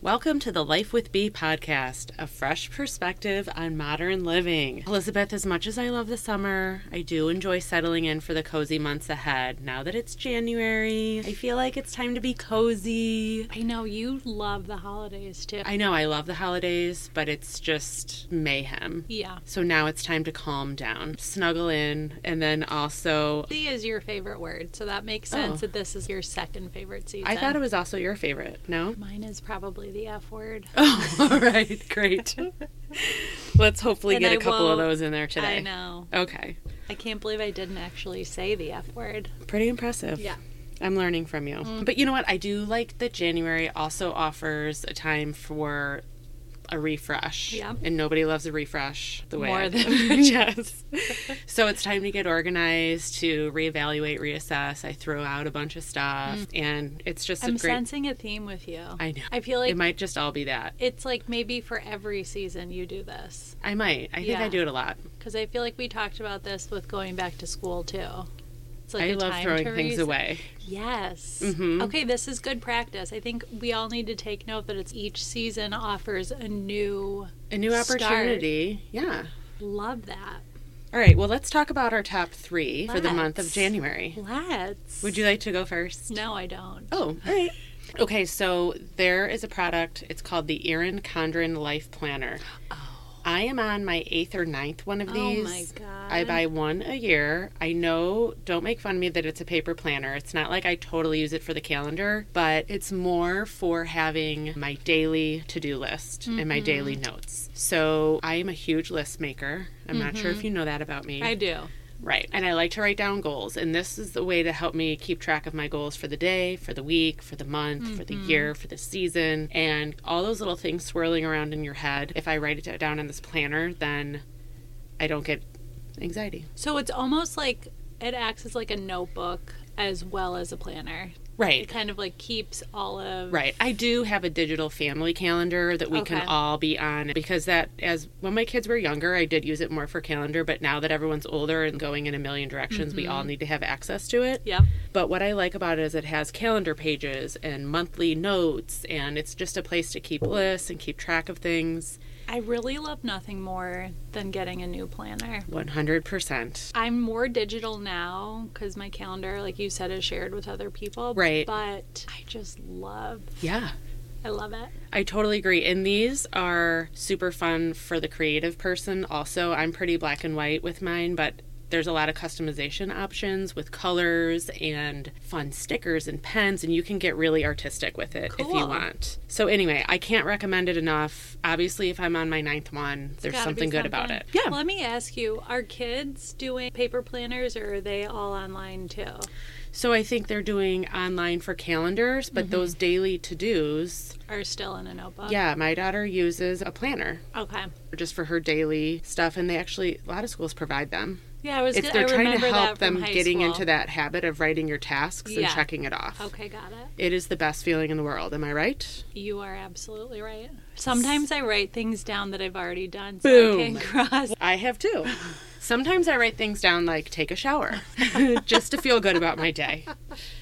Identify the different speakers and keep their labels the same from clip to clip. Speaker 1: Welcome to the Life with Bee podcast, a fresh perspective on modern living. Elizabeth, as much as I love the summer, I do enjoy settling in for the cozy months ahead. Now that it's January, I feel like it's time to be cozy.
Speaker 2: I know you love the holidays too.
Speaker 1: I know I love the holidays, but it's just mayhem.
Speaker 2: yeah.
Speaker 1: So now it's time to calm down, snuggle in, and then also.
Speaker 2: Cozy is your favorite word, so that makes sense that this is your second favorite season.
Speaker 1: Oh. I thought it was also your favorite, no?
Speaker 2: Mine is probably the F word.
Speaker 1: Oh, all right, great. Let's hopefully
Speaker 2: And
Speaker 1: get
Speaker 2: I
Speaker 1: a couple of
Speaker 2: won't-
Speaker 1: those in there today.
Speaker 2: I know.
Speaker 1: Okay.
Speaker 2: I can't believe I didn't actually say the F word.
Speaker 1: Pretty impressive.
Speaker 2: Yeah. Mm.
Speaker 1: I'm learning from you. But you know what? I do like that January also offers a time for a refresh.
Speaker 2: Yeah.
Speaker 1: And nobody loves a refresh the way
Speaker 2: More
Speaker 1: I
Speaker 2: than-
Speaker 1: do. yes. so it's time to get organized, to reevaluate, reassess. I throw out a bunch of stuff and it's just
Speaker 2: Mm. I'm
Speaker 1: a great
Speaker 2: sensing a theme with you.
Speaker 1: I know.
Speaker 2: I feel like
Speaker 1: it might just all be that.
Speaker 2: it's like maybe for every season you do this.
Speaker 1: I might. I think I
Speaker 2: Yeah.
Speaker 1: do it a lot.
Speaker 2: Because I feel like we talked about this with going back to school too. It's like
Speaker 1: I
Speaker 2: a
Speaker 1: love
Speaker 2: time
Speaker 1: throwing
Speaker 2: to
Speaker 1: things
Speaker 2: reset.
Speaker 1: away.
Speaker 2: Yes.
Speaker 1: Mhm.
Speaker 2: Okay, this is good practice. I think we all need to take note that it's each season offers a new.
Speaker 1: A new
Speaker 2: Start.
Speaker 1: opportunity. Yeah.
Speaker 2: Love that.
Speaker 1: All right. Well, let's talk about our top three for the month of
Speaker 2: Let's.
Speaker 1: January.
Speaker 2: Let's.
Speaker 1: Would you like to go first?
Speaker 2: No, I don't.
Speaker 1: Oh, all right. Okay, so there is a product. It's called the Erin Condren Life Planner. I am on my eighth or ninth one of
Speaker 2: Oh
Speaker 1: these.
Speaker 2: my god.
Speaker 1: I buy one a year. I know, don't make fun of me that it's a paper planner. It's not like I totally use it for the calendar, but it's more for having my daily to do list and my daily
Speaker 2: Mm-hmm.
Speaker 1: notes. So I am a huge list maker. I'm not sure if you know that about me.
Speaker 2: Mm-hmm. I do.
Speaker 1: Right. And I like to write down goals. And this is the way to help me keep track of my goals for the day, for the week, for the month, for the year, for the season, and all those little things swirling around in your head. If I write it down in this planner, then I don't get anxiety.
Speaker 2: So it's almost like it acts as like a notebook as well as a planner. It
Speaker 1: Right.
Speaker 2: kind of like keeps all of.
Speaker 1: Right. I do have a digital family calendar that we can
Speaker 2: Okay.
Speaker 1: all be on because that as when my kids were younger, I did use it more for calendar, but now that everyone's older and going in a million directions, we all need to have access to it.
Speaker 2: Yep.
Speaker 1: But what I like about it is it has calendar pages and monthly notes, and it's just a place to keep lists and keep track of things.
Speaker 2: I really love nothing more than getting a new planner.
Speaker 1: 100%.
Speaker 2: I'm more digital now because my calendar, like you said, is shared with other people.
Speaker 1: Right.
Speaker 2: But I just love,
Speaker 1: Yeah,
Speaker 2: I love it.
Speaker 1: I totally agree. And these are super fun for the creative person, also. I'm pretty black and white with mine, but there's a lot of customization options with colors and fun stickers and pens, and you can get really artistic with it if you
Speaker 2: Cool.
Speaker 1: want. So, anyway, I can't recommend it enough. Obviously, if I'm on my ninth one, there's
Speaker 2: Gotta be
Speaker 1: something good about it.
Speaker 2: something.
Speaker 1: Yeah.
Speaker 2: Let me ask you: Are kids doing paper planners, or are they all online too?
Speaker 1: So I think they're doing online for calendars, but
Speaker 2: Mm-hmm.
Speaker 1: those daily to dos,
Speaker 2: Are still in a notebook?
Speaker 1: yeah, my daughter uses a planner
Speaker 2: Okay.
Speaker 1: just for her daily stuff, and they actually, a lot of schools provide them.
Speaker 2: Yeah, I was.
Speaker 1: It's,
Speaker 2: gonna-
Speaker 1: they're
Speaker 2: I
Speaker 1: trying
Speaker 2: remember
Speaker 1: to help
Speaker 2: that from
Speaker 1: them
Speaker 2: high
Speaker 1: getting
Speaker 2: school.
Speaker 1: into that habit of writing your tasks and
Speaker 2: Yeah.
Speaker 1: checking it off.
Speaker 2: Okay, got it.
Speaker 1: It is the best feeling in the world. Am I right?
Speaker 2: You are absolutely right. Sometimes I write things down that I've already done, so I
Speaker 1: Boom.
Speaker 2: can cross.
Speaker 1: I have too. Sometimes I write things down like take a shower just to feel good about my day.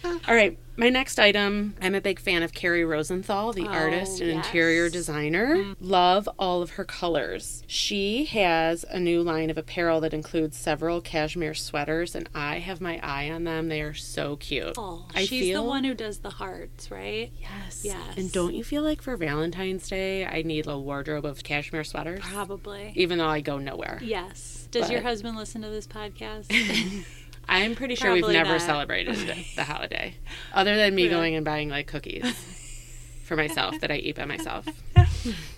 Speaker 1: All right, my next item. I'm a big fan of Carrie Rosenthal, the artist and
Speaker 2: Oh, yes. Mm-hmm.
Speaker 1: interior designer. Love all of her colors. She has a new line of apparel that includes several cashmere sweaters, and I have my eye on them. They are so cute.
Speaker 2: Oh,
Speaker 1: I
Speaker 2: she's
Speaker 1: feel-
Speaker 2: the one who does the hearts, right?
Speaker 1: Yes.
Speaker 2: Yes.
Speaker 1: And don't you feel like for Valentine's Day, I need a wardrobe of cashmere sweaters?
Speaker 2: Probably.
Speaker 1: Even though I go nowhere.
Speaker 2: Yes. Does your
Speaker 1: But-
Speaker 2: husband listen to this podcast?
Speaker 1: I'm pretty sure we've
Speaker 2: Probably
Speaker 1: never
Speaker 2: not.
Speaker 1: celebrated the, the holiday, other than me
Speaker 2: Really?
Speaker 1: going and buying like cookies for myself that I eat by myself.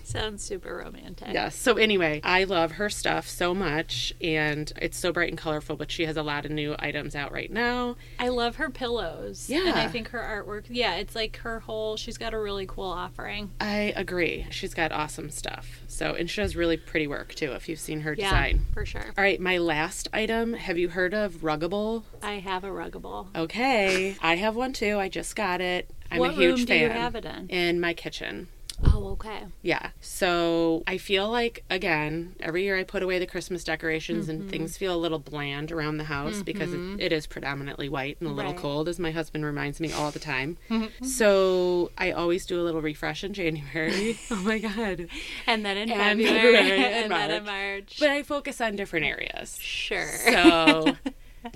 Speaker 2: Sounds super romantic.
Speaker 1: Yes. So anyway, I love her stuff so much, and it's so bright and colorful. But she has a lot of new items out right now.
Speaker 2: I love her pillows. And I
Speaker 1: Yeah.
Speaker 2: think her artwork, yeah, it's like her whole, she's got a really cool offering.
Speaker 1: I agree. She's got awesome stuff. So and she does really pretty work too. If you've seen her
Speaker 2: Yeah,
Speaker 1: design.
Speaker 2: for sure.
Speaker 1: All right, my last item. Have you heard of Ruggable?
Speaker 2: I have a Ruggable.
Speaker 1: Okay, I have one too. I just got it. I'm
Speaker 2: what
Speaker 1: a huge
Speaker 2: room
Speaker 1: fan.
Speaker 2: do you have it in?
Speaker 1: in my kitchen.
Speaker 2: Oh, okay.
Speaker 1: Yeah. So I feel like, again, every year I put away the Christmas decorations
Speaker 2: Mm-hmm.
Speaker 1: and things feel a little bland around the house because it, it is predominantly white and a little
Speaker 2: Right. Mm-hmm.
Speaker 1: cold, as my husband reminds me all the time. so I always do a little refresh in January. oh my God.
Speaker 2: And then in
Speaker 1: And
Speaker 2: February,
Speaker 1: February,
Speaker 2: and
Speaker 1: and
Speaker 2: then in March.
Speaker 1: But I focus on different areas.
Speaker 2: sure.
Speaker 1: So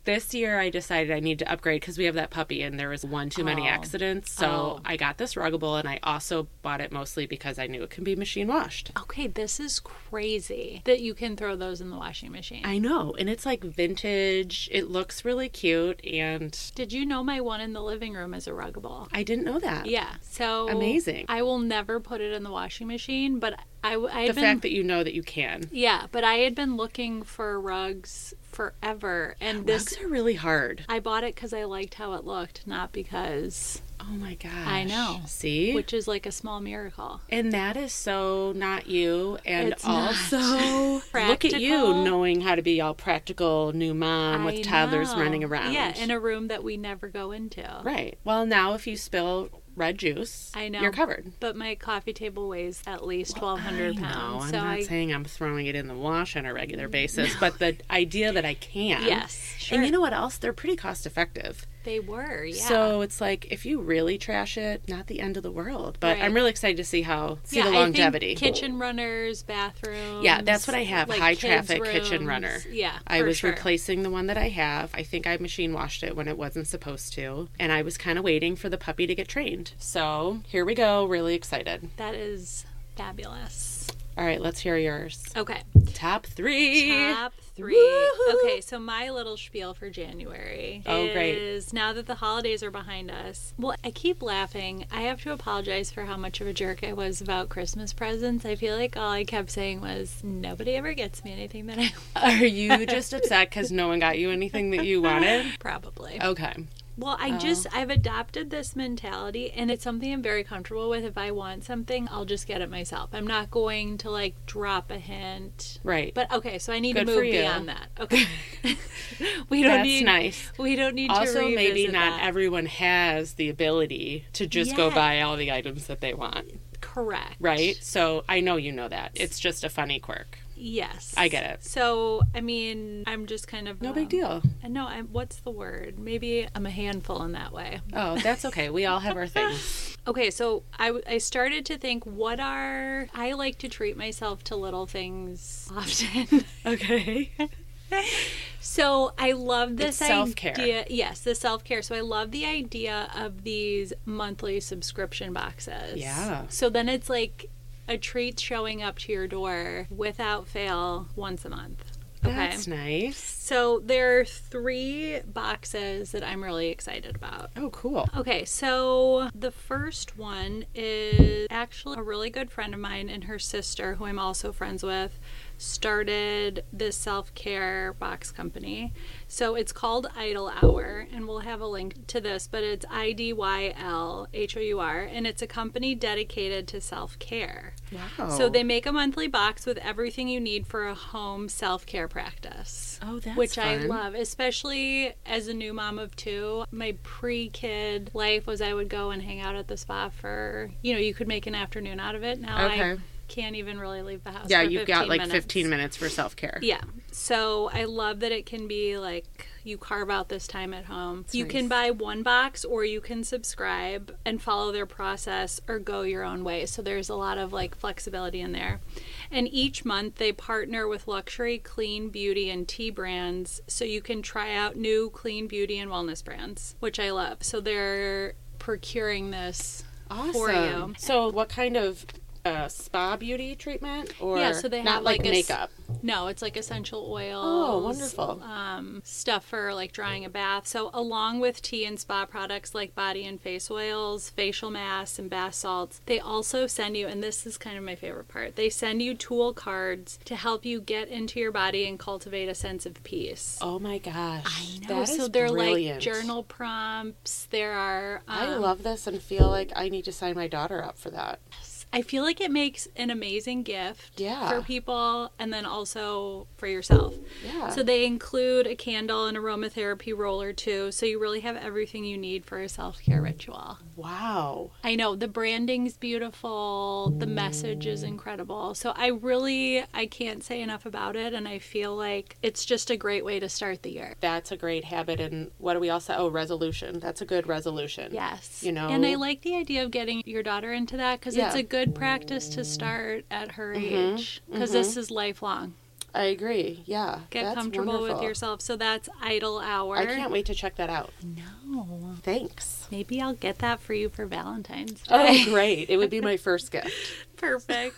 Speaker 1: this year I decided I need to upgrade because we have that puppy and there was one too many
Speaker 2: Oh.
Speaker 1: accidents. So
Speaker 2: Oh.
Speaker 1: I got this ruggable and I also bought it mostly because I knew it can be machine washed.
Speaker 2: okay, this is crazy that you can throw those in the washing machine.
Speaker 1: I know. And it's like vintage. It looks really cute and
Speaker 2: Did you know my one in the living room is a ruggable?
Speaker 1: I didn't know that.
Speaker 2: Yeah. So
Speaker 1: Amazing.
Speaker 2: I will never put it in the washing machine, but I I
Speaker 1: The
Speaker 2: had been
Speaker 1: fact that you know that you can.
Speaker 2: yeah, but I had been looking for rugs forever, and this
Speaker 1: Rugs are really hard.
Speaker 2: I bought it because I liked how it looked, not because
Speaker 1: Oh my gosh.
Speaker 2: know.
Speaker 1: See?
Speaker 2: which is like a small miracle.
Speaker 1: and that is so not you. And
Speaker 2: It's not.
Speaker 1: also, look at
Speaker 2: Practical.
Speaker 1: you knowing how to be all practical, new mom with
Speaker 2: I
Speaker 1: toddlers
Speaker 2: know.
Speaker 1: running around.
Speaker 2: Yeah, in a room that we never go into.
Speaker 1: Right. Well, now if you spill red juice,
Speaker 2: I know.
Speaker 1: you're covered.
Speaker 2: But my coffee table weighs at least twelve hundred
Speaker 1: I know.
Speaker 2: pounds.
Speaker 1: I'm
Speaker 2: so
Speaker 1: not
Speaker 2: I
Speaker 1: saying I'm throwing it in the wash on a regular basis, but the idea that I can.
Speaker 2: yes, sure.
Speaker 1: And you know what else? They're pretty cost effective.
Speaker 2: they were yeah.
Speaker 1: So it's like if you really trash it, not the end of the world. But
Speaker 2: Right.
Speaker 1: I'm really excited to see how see
Speaker 2: yeah,
Speaker 1: the
Speaker 2: I think
Speaker 1: longevity.
Speaker 2: kitchen runners, bathrooms.
Speaker 1: Yeah, that's what I have,
Speaker 2: like
Speaker 1: high
Speaker 2: kids'
Speaker 1: traffic kitchen
Speaker 2: rooms.
Speaker 1: runner.
Speaker 2: Yeah,
Speaker 1: I
Speaker 2: for
Speaker 1: was
Speaker 2: sure.
Speaker 1: replacing the one that I have. I think I machine washed it when it wasn't supposed to, and I was kind of waiting for the puppy to get trained. So here we go. Really excited.
Speaker 2: That is fabulous.
Speaker 1: All right, let's hear yours.
Speaker 2: Okay.
Speaker 1: Top three.
Speaker 2: Top 3
Speaker 1: Woohoo.
Speaker 2: Okay, so my little spiel for January
Speaker 1: Oh, great.
Speaker 2: is now that the holidays are behind us. Well, I keep laughing. I have to apologize for how much of a jerk I was about Christmas presents. I feel like all I kept saying was nobody ever gets me anything that I
Speaker 1: Are you just upset because no one got you anything that you wanted?
Speaker 2: probably.
Speaker 1: Okay.
Speaker 2: Well, I
Speaker 1: Oh.
Speaker 2: just I've adopted this mentality and it's something I'm very comfortable with. If I want something, I'll just get it myself. I'm not going to like drop a hint.
Speaker 1: Right.
Speaker 2: But okay, so I need
Speaker 1: Good
Speaker 2: to
Speaker 1: for
Speaker 2: move
Speaker 1: you.
Speaker 2: beyond that. Okay. we don't
Speaker 1: that's
Speaker 2: need
Speaker 1: nice.
Speaker 2: we don't need to
Speaker 1: Also, maybe
Speaker 2: revisit
Speaker 1: not
Speaker 2: that.
Speaker 1: everyone has the ability to just go
Speaker 2: Yes.
Speaker 1: buy all the items that they want,
Speaker 2: correct.
Speaker 1: right? So I know you know that. It's just a funny quirk.
Speaker 2: Yes.
Speaker 1: I get it.
Speaker 2: So, I mean, I'm just kind of
Speaker 1: No
Speaker 2: um,
Speaker 1: big deal.
Speaker 2: I know I'm what's the word? Maybe I'm a handful in that way.
Speaker 1: Oh, that's okay. We all have our things.
Speaker 2: Okay, so I, w- I started to think what are I like to treat myself to little things often.
Speaker 1: Okay.
Speaker 2: so I love this
Speaker 1: It's self-care.
Speaker 2: idea. Yes, the self care. So I love the idea of these monthly subscription boxes.
Speaker 1: Yeah.
Speaker 2: So then it's like a treat showing up to your door without fail once a month. Okay.
Speaker 1: That's nice.
Speaker 2: so there are three boxes that I'm really excited about.
Speaker 1: Oh, cool.
Speaker 2: Okay, so the first one is actually a really good friend of mine and her sister, who I'm also friends with, started this self care box company. So it's called Idle Hour, and we'll have a link to this, but it's I D Y L H O U R, and it's a company dedicated to self care.
Speaker 1: Wow.
Speaker 2: So they make a monthly box with everything you need for a home self care practice
Speaker 1: Oh, that's
Speaker 2: which I
Speaker 1: fun.
Speaker 2: love, especially as a new mom of two. My pre kid life was I would go and hang out at the spa for, you know, you could make an afternoon out of it. Now I
Speaker 1: Okay.
Speaker 2: can't even really leave the house.
Speaker 1: Yeah,
Speaker 2: for
Speaker 1: you've got like
Speaker 2: minutes.
Speaker 1: 15 minutes for self care.
Speaker 2: Yeah. So I love that it can be like you carve out this time at home. you can
Speaker 1: nice.
Speaker 2: buy one box or you can subscribe and follow their process or go your own way. So there's a lot of like flexibility in there. And each month they partner with luxury clean beauty and tea brands so you can try out new clean beauty and wellness brands, which I love. So they're procuring this
Speaker 1: Awesome.
Speaker 2: for you.
Speaker 1: So, what kind of uh, spa beauty treatment or
Speaker 2: Yeah, so they
Speaker 1: not
Speaker 2: have,
Speaker 1: like,
Speaker 2: like, a s-
Speaker 1: makeup?
Speaker 2: No, it's like essential oils.
Speaker 1: Oh, wonderful.
Speaker 2: Um, stuff for like drying a bath. So, along with tea and spa products like body and face oils, facial masks, and bath salts, they also send you, and this is kind of my favorite part, they send you tool cards to help you get into your body and cultivate a sense of peace.
Speaker 1: Oh my gosh.
Speaker 2: No,
Speaker 1: That is
Speaker 2: so they're
Speaker 1: brilliant.
Speaker 2: like journal prompts. There are. Um,
Speaker 1: I love this and feel like I need to sign my daughter up for that.
Speaker 2: I feel like it makes an amazing gift
Speaker 1: Yeah.
Speaker 2: for people and then also for yourself.
Speaker 1: Yeah.
Speaker 2: So they include a candle and aromatherapy roller too. So you really have everything you need for a self care ritual.
Speaker 1: Wow.
Speaker 2: I know the branding's beautiful, the message is incredible. So I really I can't say enough about it and I feel like it's just a great way to start the year.
Speaker 1: That's a great habit. And what do we all say? Oh, resolution. That's a good resolution.
Speaker 2: Yes.
Speaker 1: You know?
Speaker 2: And I like the idea of getting your daughter into that cuz it's
Speaker 1: Yeah. Mm-hmm.
Speaker 2: a good practice to start at her age because this is lifelong.
Speaker 1: I agree. Yeah.
Speaker 2: Get
Speaker 1: that's
Speaker 2: comfortable with
Speaker 1: wonderful.
Speaker 2: yourself. So that's idle hour.
Speaker 1: I can't wait to check that out.
Speaker 2: No.
Speaker 1: Thanks.
Speaker 2: Maybe I'll get that for you for Valentine's Day.
Speaker 1: Oh, great. It would be my first gift.
Speaker 2: Perfect.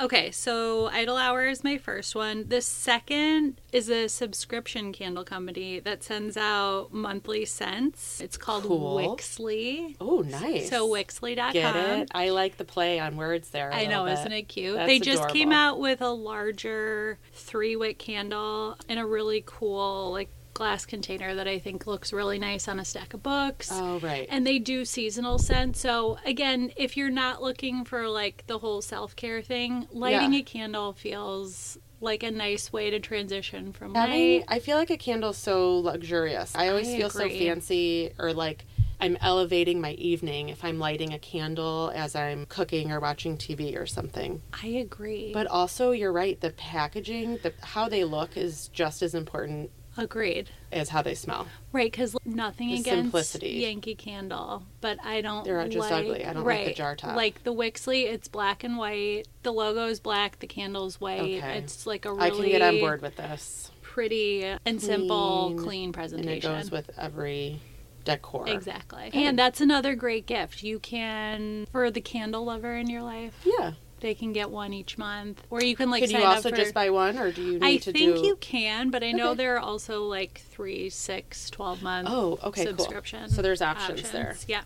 Speaker 2: okay, so Idle Hour is my first one. The second is a subscription candle company that sends out monthly scents. It's called
Speaker 1: Cool.
Speaker 2: Wixley.
Speaker 1: Oh, nice.
Speaker 2: So Wixley.com.
Speaker 1: Get it? I like the play on words there.
Speaker 2: I know, isn't it cute?
Speaker 1: That's
Speaker 2: they just came
Speaker 1: adorable.
Speaker 2: out with a larger three wick candle in a really cool, like, glass container that I think looks really nice on a stack of books.
Speaker 1: Oh, right.
Speaker 2: And they do seasonal scents. So again, if you're not looking for like the whole self care thing, lighting
Speaker 1: Yeah.
Speaker 2: a candle feels like a nice way to transition from
Speaker 1: Having,
Speaker 2: night.
Speaker 1: I feel like a candle's so luxurious. I always
Speaker 2: I
Speaker 1: feel so
Speaker 2: agree.
Speaker 1: fancy or like I'm elevating my evening if I'm lighting a candle as I'm cooking or watching TV or something.
Speaker 2: I agree.
Speaker 1: But also, you're right, the packaging, the how they look is just as important
Speaker 2: agreed.
Speaker 1: as how they smell.
Speaker 2: Right, because nothing
Speaker 1: The
Speaker 2: against
Speaker 1: simplicity.
Speaker 2: Yankee Candle, but I don't.
Speaker 1: They're just
Speaker 2: like,
Speaker 1: ugly. I don't
Speaker 2: right,
Speaker 1: like the jar top.
Speaker 2: Like the Wixley, it's black and white. The logo is black. The candle's white.
Speaker 1: Okay.
Speaker 2: It's like a really
Speaker 1: I can get on board with this.
Speaker 2: pretty and simple,
Speaker 1: Clean,
Speaker 2: clean
Speaker 1: And
Speaker 2: presentation.
Speaker 1: it goes with every decor.
Speaker 2: Exactly. And that's another great gift. You can for the candle lover in your life,
Speaker 1: Yeah.
Speaker 2: they can get one each month. Or you can like
Speaker 1: Could
Speaker 2: sign
Speaker 1: you also
Speaker 2: up for
Speaker 1: just buy one or do you need
Speaker 2: I
Speaker 1: to
Speaker 2: think
Speaker 1: do
Speaker 2: you can, but I know
Speaker 1: Okay.
Speaker 2: there are also like three, six, twelve month
Speaker 1: Oh, okay, cool.
Speaker 2: subscription.
Speaker 1: So there's options there.
Speaker 2: Yeah.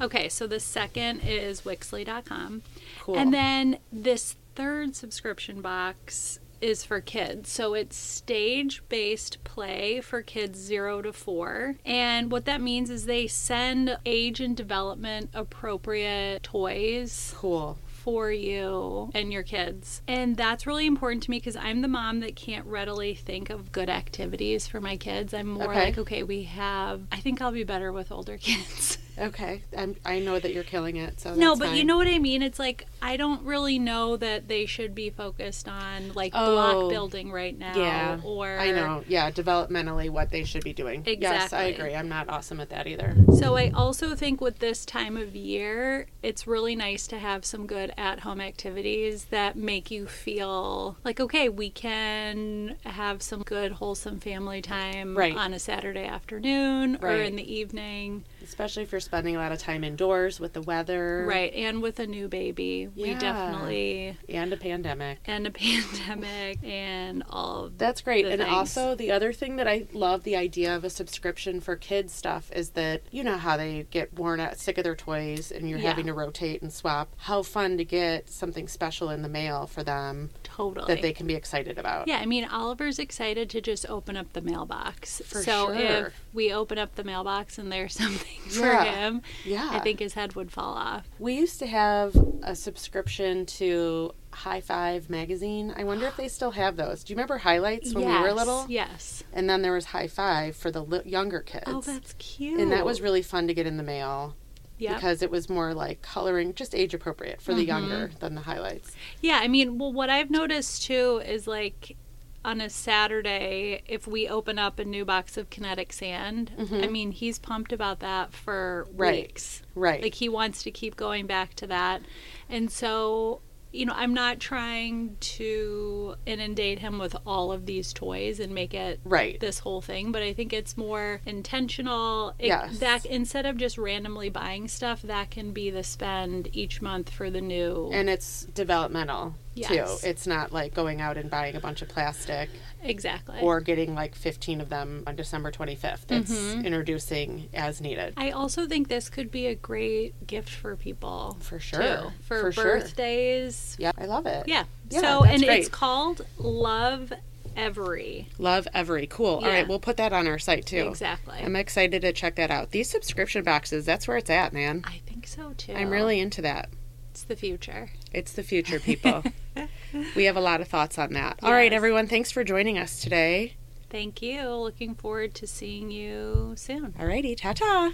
Speaker 2: Okay, so the second is Wixley.com.
Speaker 1: Cool.
Speaker 2: And then this third subscription box is for kids. So it's stage based play for kids zero to four. And what that means is they send age and development appropriate toys
Speaker 1: Cool.
Speaker 2: for you and your kids. And that's really important to me because I'm the mom that can't readily think of good activities for my kids. I'm more
Speaker 1: Okay.
Speaker 2: like, okay, we have, I think I'll be better with older kids.
Speaker 1: Okay. I'm, I know that you're killing it. So
Speaker 2: no,
Speaker 1: that's
Speaker 2: but you
Speaker 1: fine.
Speaker 2: know what I mean? It's like, I don't really know that they should be focused on like
Speaker 1: Oh.
Speaker 2: block building right now.
Speaker 1: Yeah,
Speaker 2: Or,
Speaker 1: I know. Yeah, developmentally, what they should be doing. Yes, I
Speaker 2: Exactly.
Speaker 1: agree. I'm not awesome at that either.
Speaker 2: So I also think with this time of year, it's really nice to have some good at-home activities that make you feel like okay, we can have some good wholesome family time
Speaker 1: Right.
Speaker 2: on a Saturday afternoon or
Speaker 1: Right.
Speaker 2: in the evening.
Speaker 1: Especially if you're spending a lot of time indoors with the weather
Speaker 2: Right, and with a new baby, we
Speaker 1: Yeah.
Speaker 2: definitely
Speaker 1: and a pandemic.
Speaker 2: and a pandemic and all of
Speaker 1: That's great.
Speaker 2: the
Speaker 1: and
Speaker 2: things.
Speaker 1: also, the other thing that I love the idea of a subscription for kids stuff is that you know how they get worn out, sick of their toys, and you're
Speaker 2: Yeah.
Speaker 1: having to rotate and swap. How fun to get something special in the mail for them
Speaker 2: totally
Speaker 1: that they can be excited about.
Speaker 2: Yeah, I mean, Oliver's excited to just open up the mailbox.
Speaker 1: For
Speaker 2: so
Speaker 1: sure.
Speaker 2: if we open up the mailbox and there's something
Speaker 1: Yeah.
Speaker 2: for him,
Speaker 1: Yeah.
Speaker 2: I think his head would fall off.
Speaker 1: We used to have a subscription to High Five magazine. I wonder if they still have those. Do you remember highlights when we were
Speaker 2: Yes,
Speaker 1: little?
Speaker 2: Yes.
Speaker 1: And then there was High Five for the li- younger kids.
Speaker 2: Oh, that's cute.
Speaker 1: and that was really fun to get in the mail
Speaker 2: yeah.
Speaker 1: because it was more like coloring, just age appropriate for
Speaker 2: Mm-hmm.
Speaker 1: the younger than the highlights.
Speaker 2: Yeah, I mean, well, what I've noticed too is like on a Saturday, if we open up a new box of kinetic sand, I mean, he's pumped about that for
Speaker 1: Mm-hmm. Right.
Speaker 2: weeks.
Speaker 1: Right.
Speaker 2: Like he wants to keep going back to that. And so, you know, I'm not trying to inundate him with all of these toys and make it
Speaker 1: right.
Speaker 2: this whole thing, but I think it's more intentional. It,
Speaker 1: Yes.
Speaker 2: That instead of just randomly buying stuff, that can be the spend each month for the new.
Speaker 1: and it's developmental
Speaker 2: Yes.
Speaker 1: too. It's not like going out and buying a bunch of plastic
Speaker 2: exactly.
Speaker 1: or getting like 15 of them on December 25th. It's introducing as needed.
Speaker 2: Mm-hmm. I also think this could be a great gift for people.
Speaker 1: For
Speaker 2: too.
Speaker 1: sure.
Speaker 2: For,
Speaker 1: Sure.
Speaker 2: birthdays.
Speaker 1: Yeah, I love it.
Speaker 2: Yeah.
Speaker 1: Yeah,
Speaker 2: so,
Speaker 1: that's
Speaker 2: and it's
Speaker 1: great.
Speaker 2: called Love Every.
Speaker 1: Love every. Cool. All
Speaker 2: Yeah.
Speaker 1: right, we'll put that on our site too.
Speaker 2: Exactly.
Speaker 1: I'm excited to check that out. These subscription boxes, that's where it's at, man.
Speaker 2: I think so too.
Speaker 1: I'm really into that.
Speaker 2: It's the future.
Speaker 1: It's the future, people. we have a lot of thoughts on that. All right,
Speaker 2: Yes.
Speaker 1: everyone, thanks for joining us today.
Speaker 2: Thank you. Looking forward to seeing you soon.
Speaker 1: All righty, ta ta.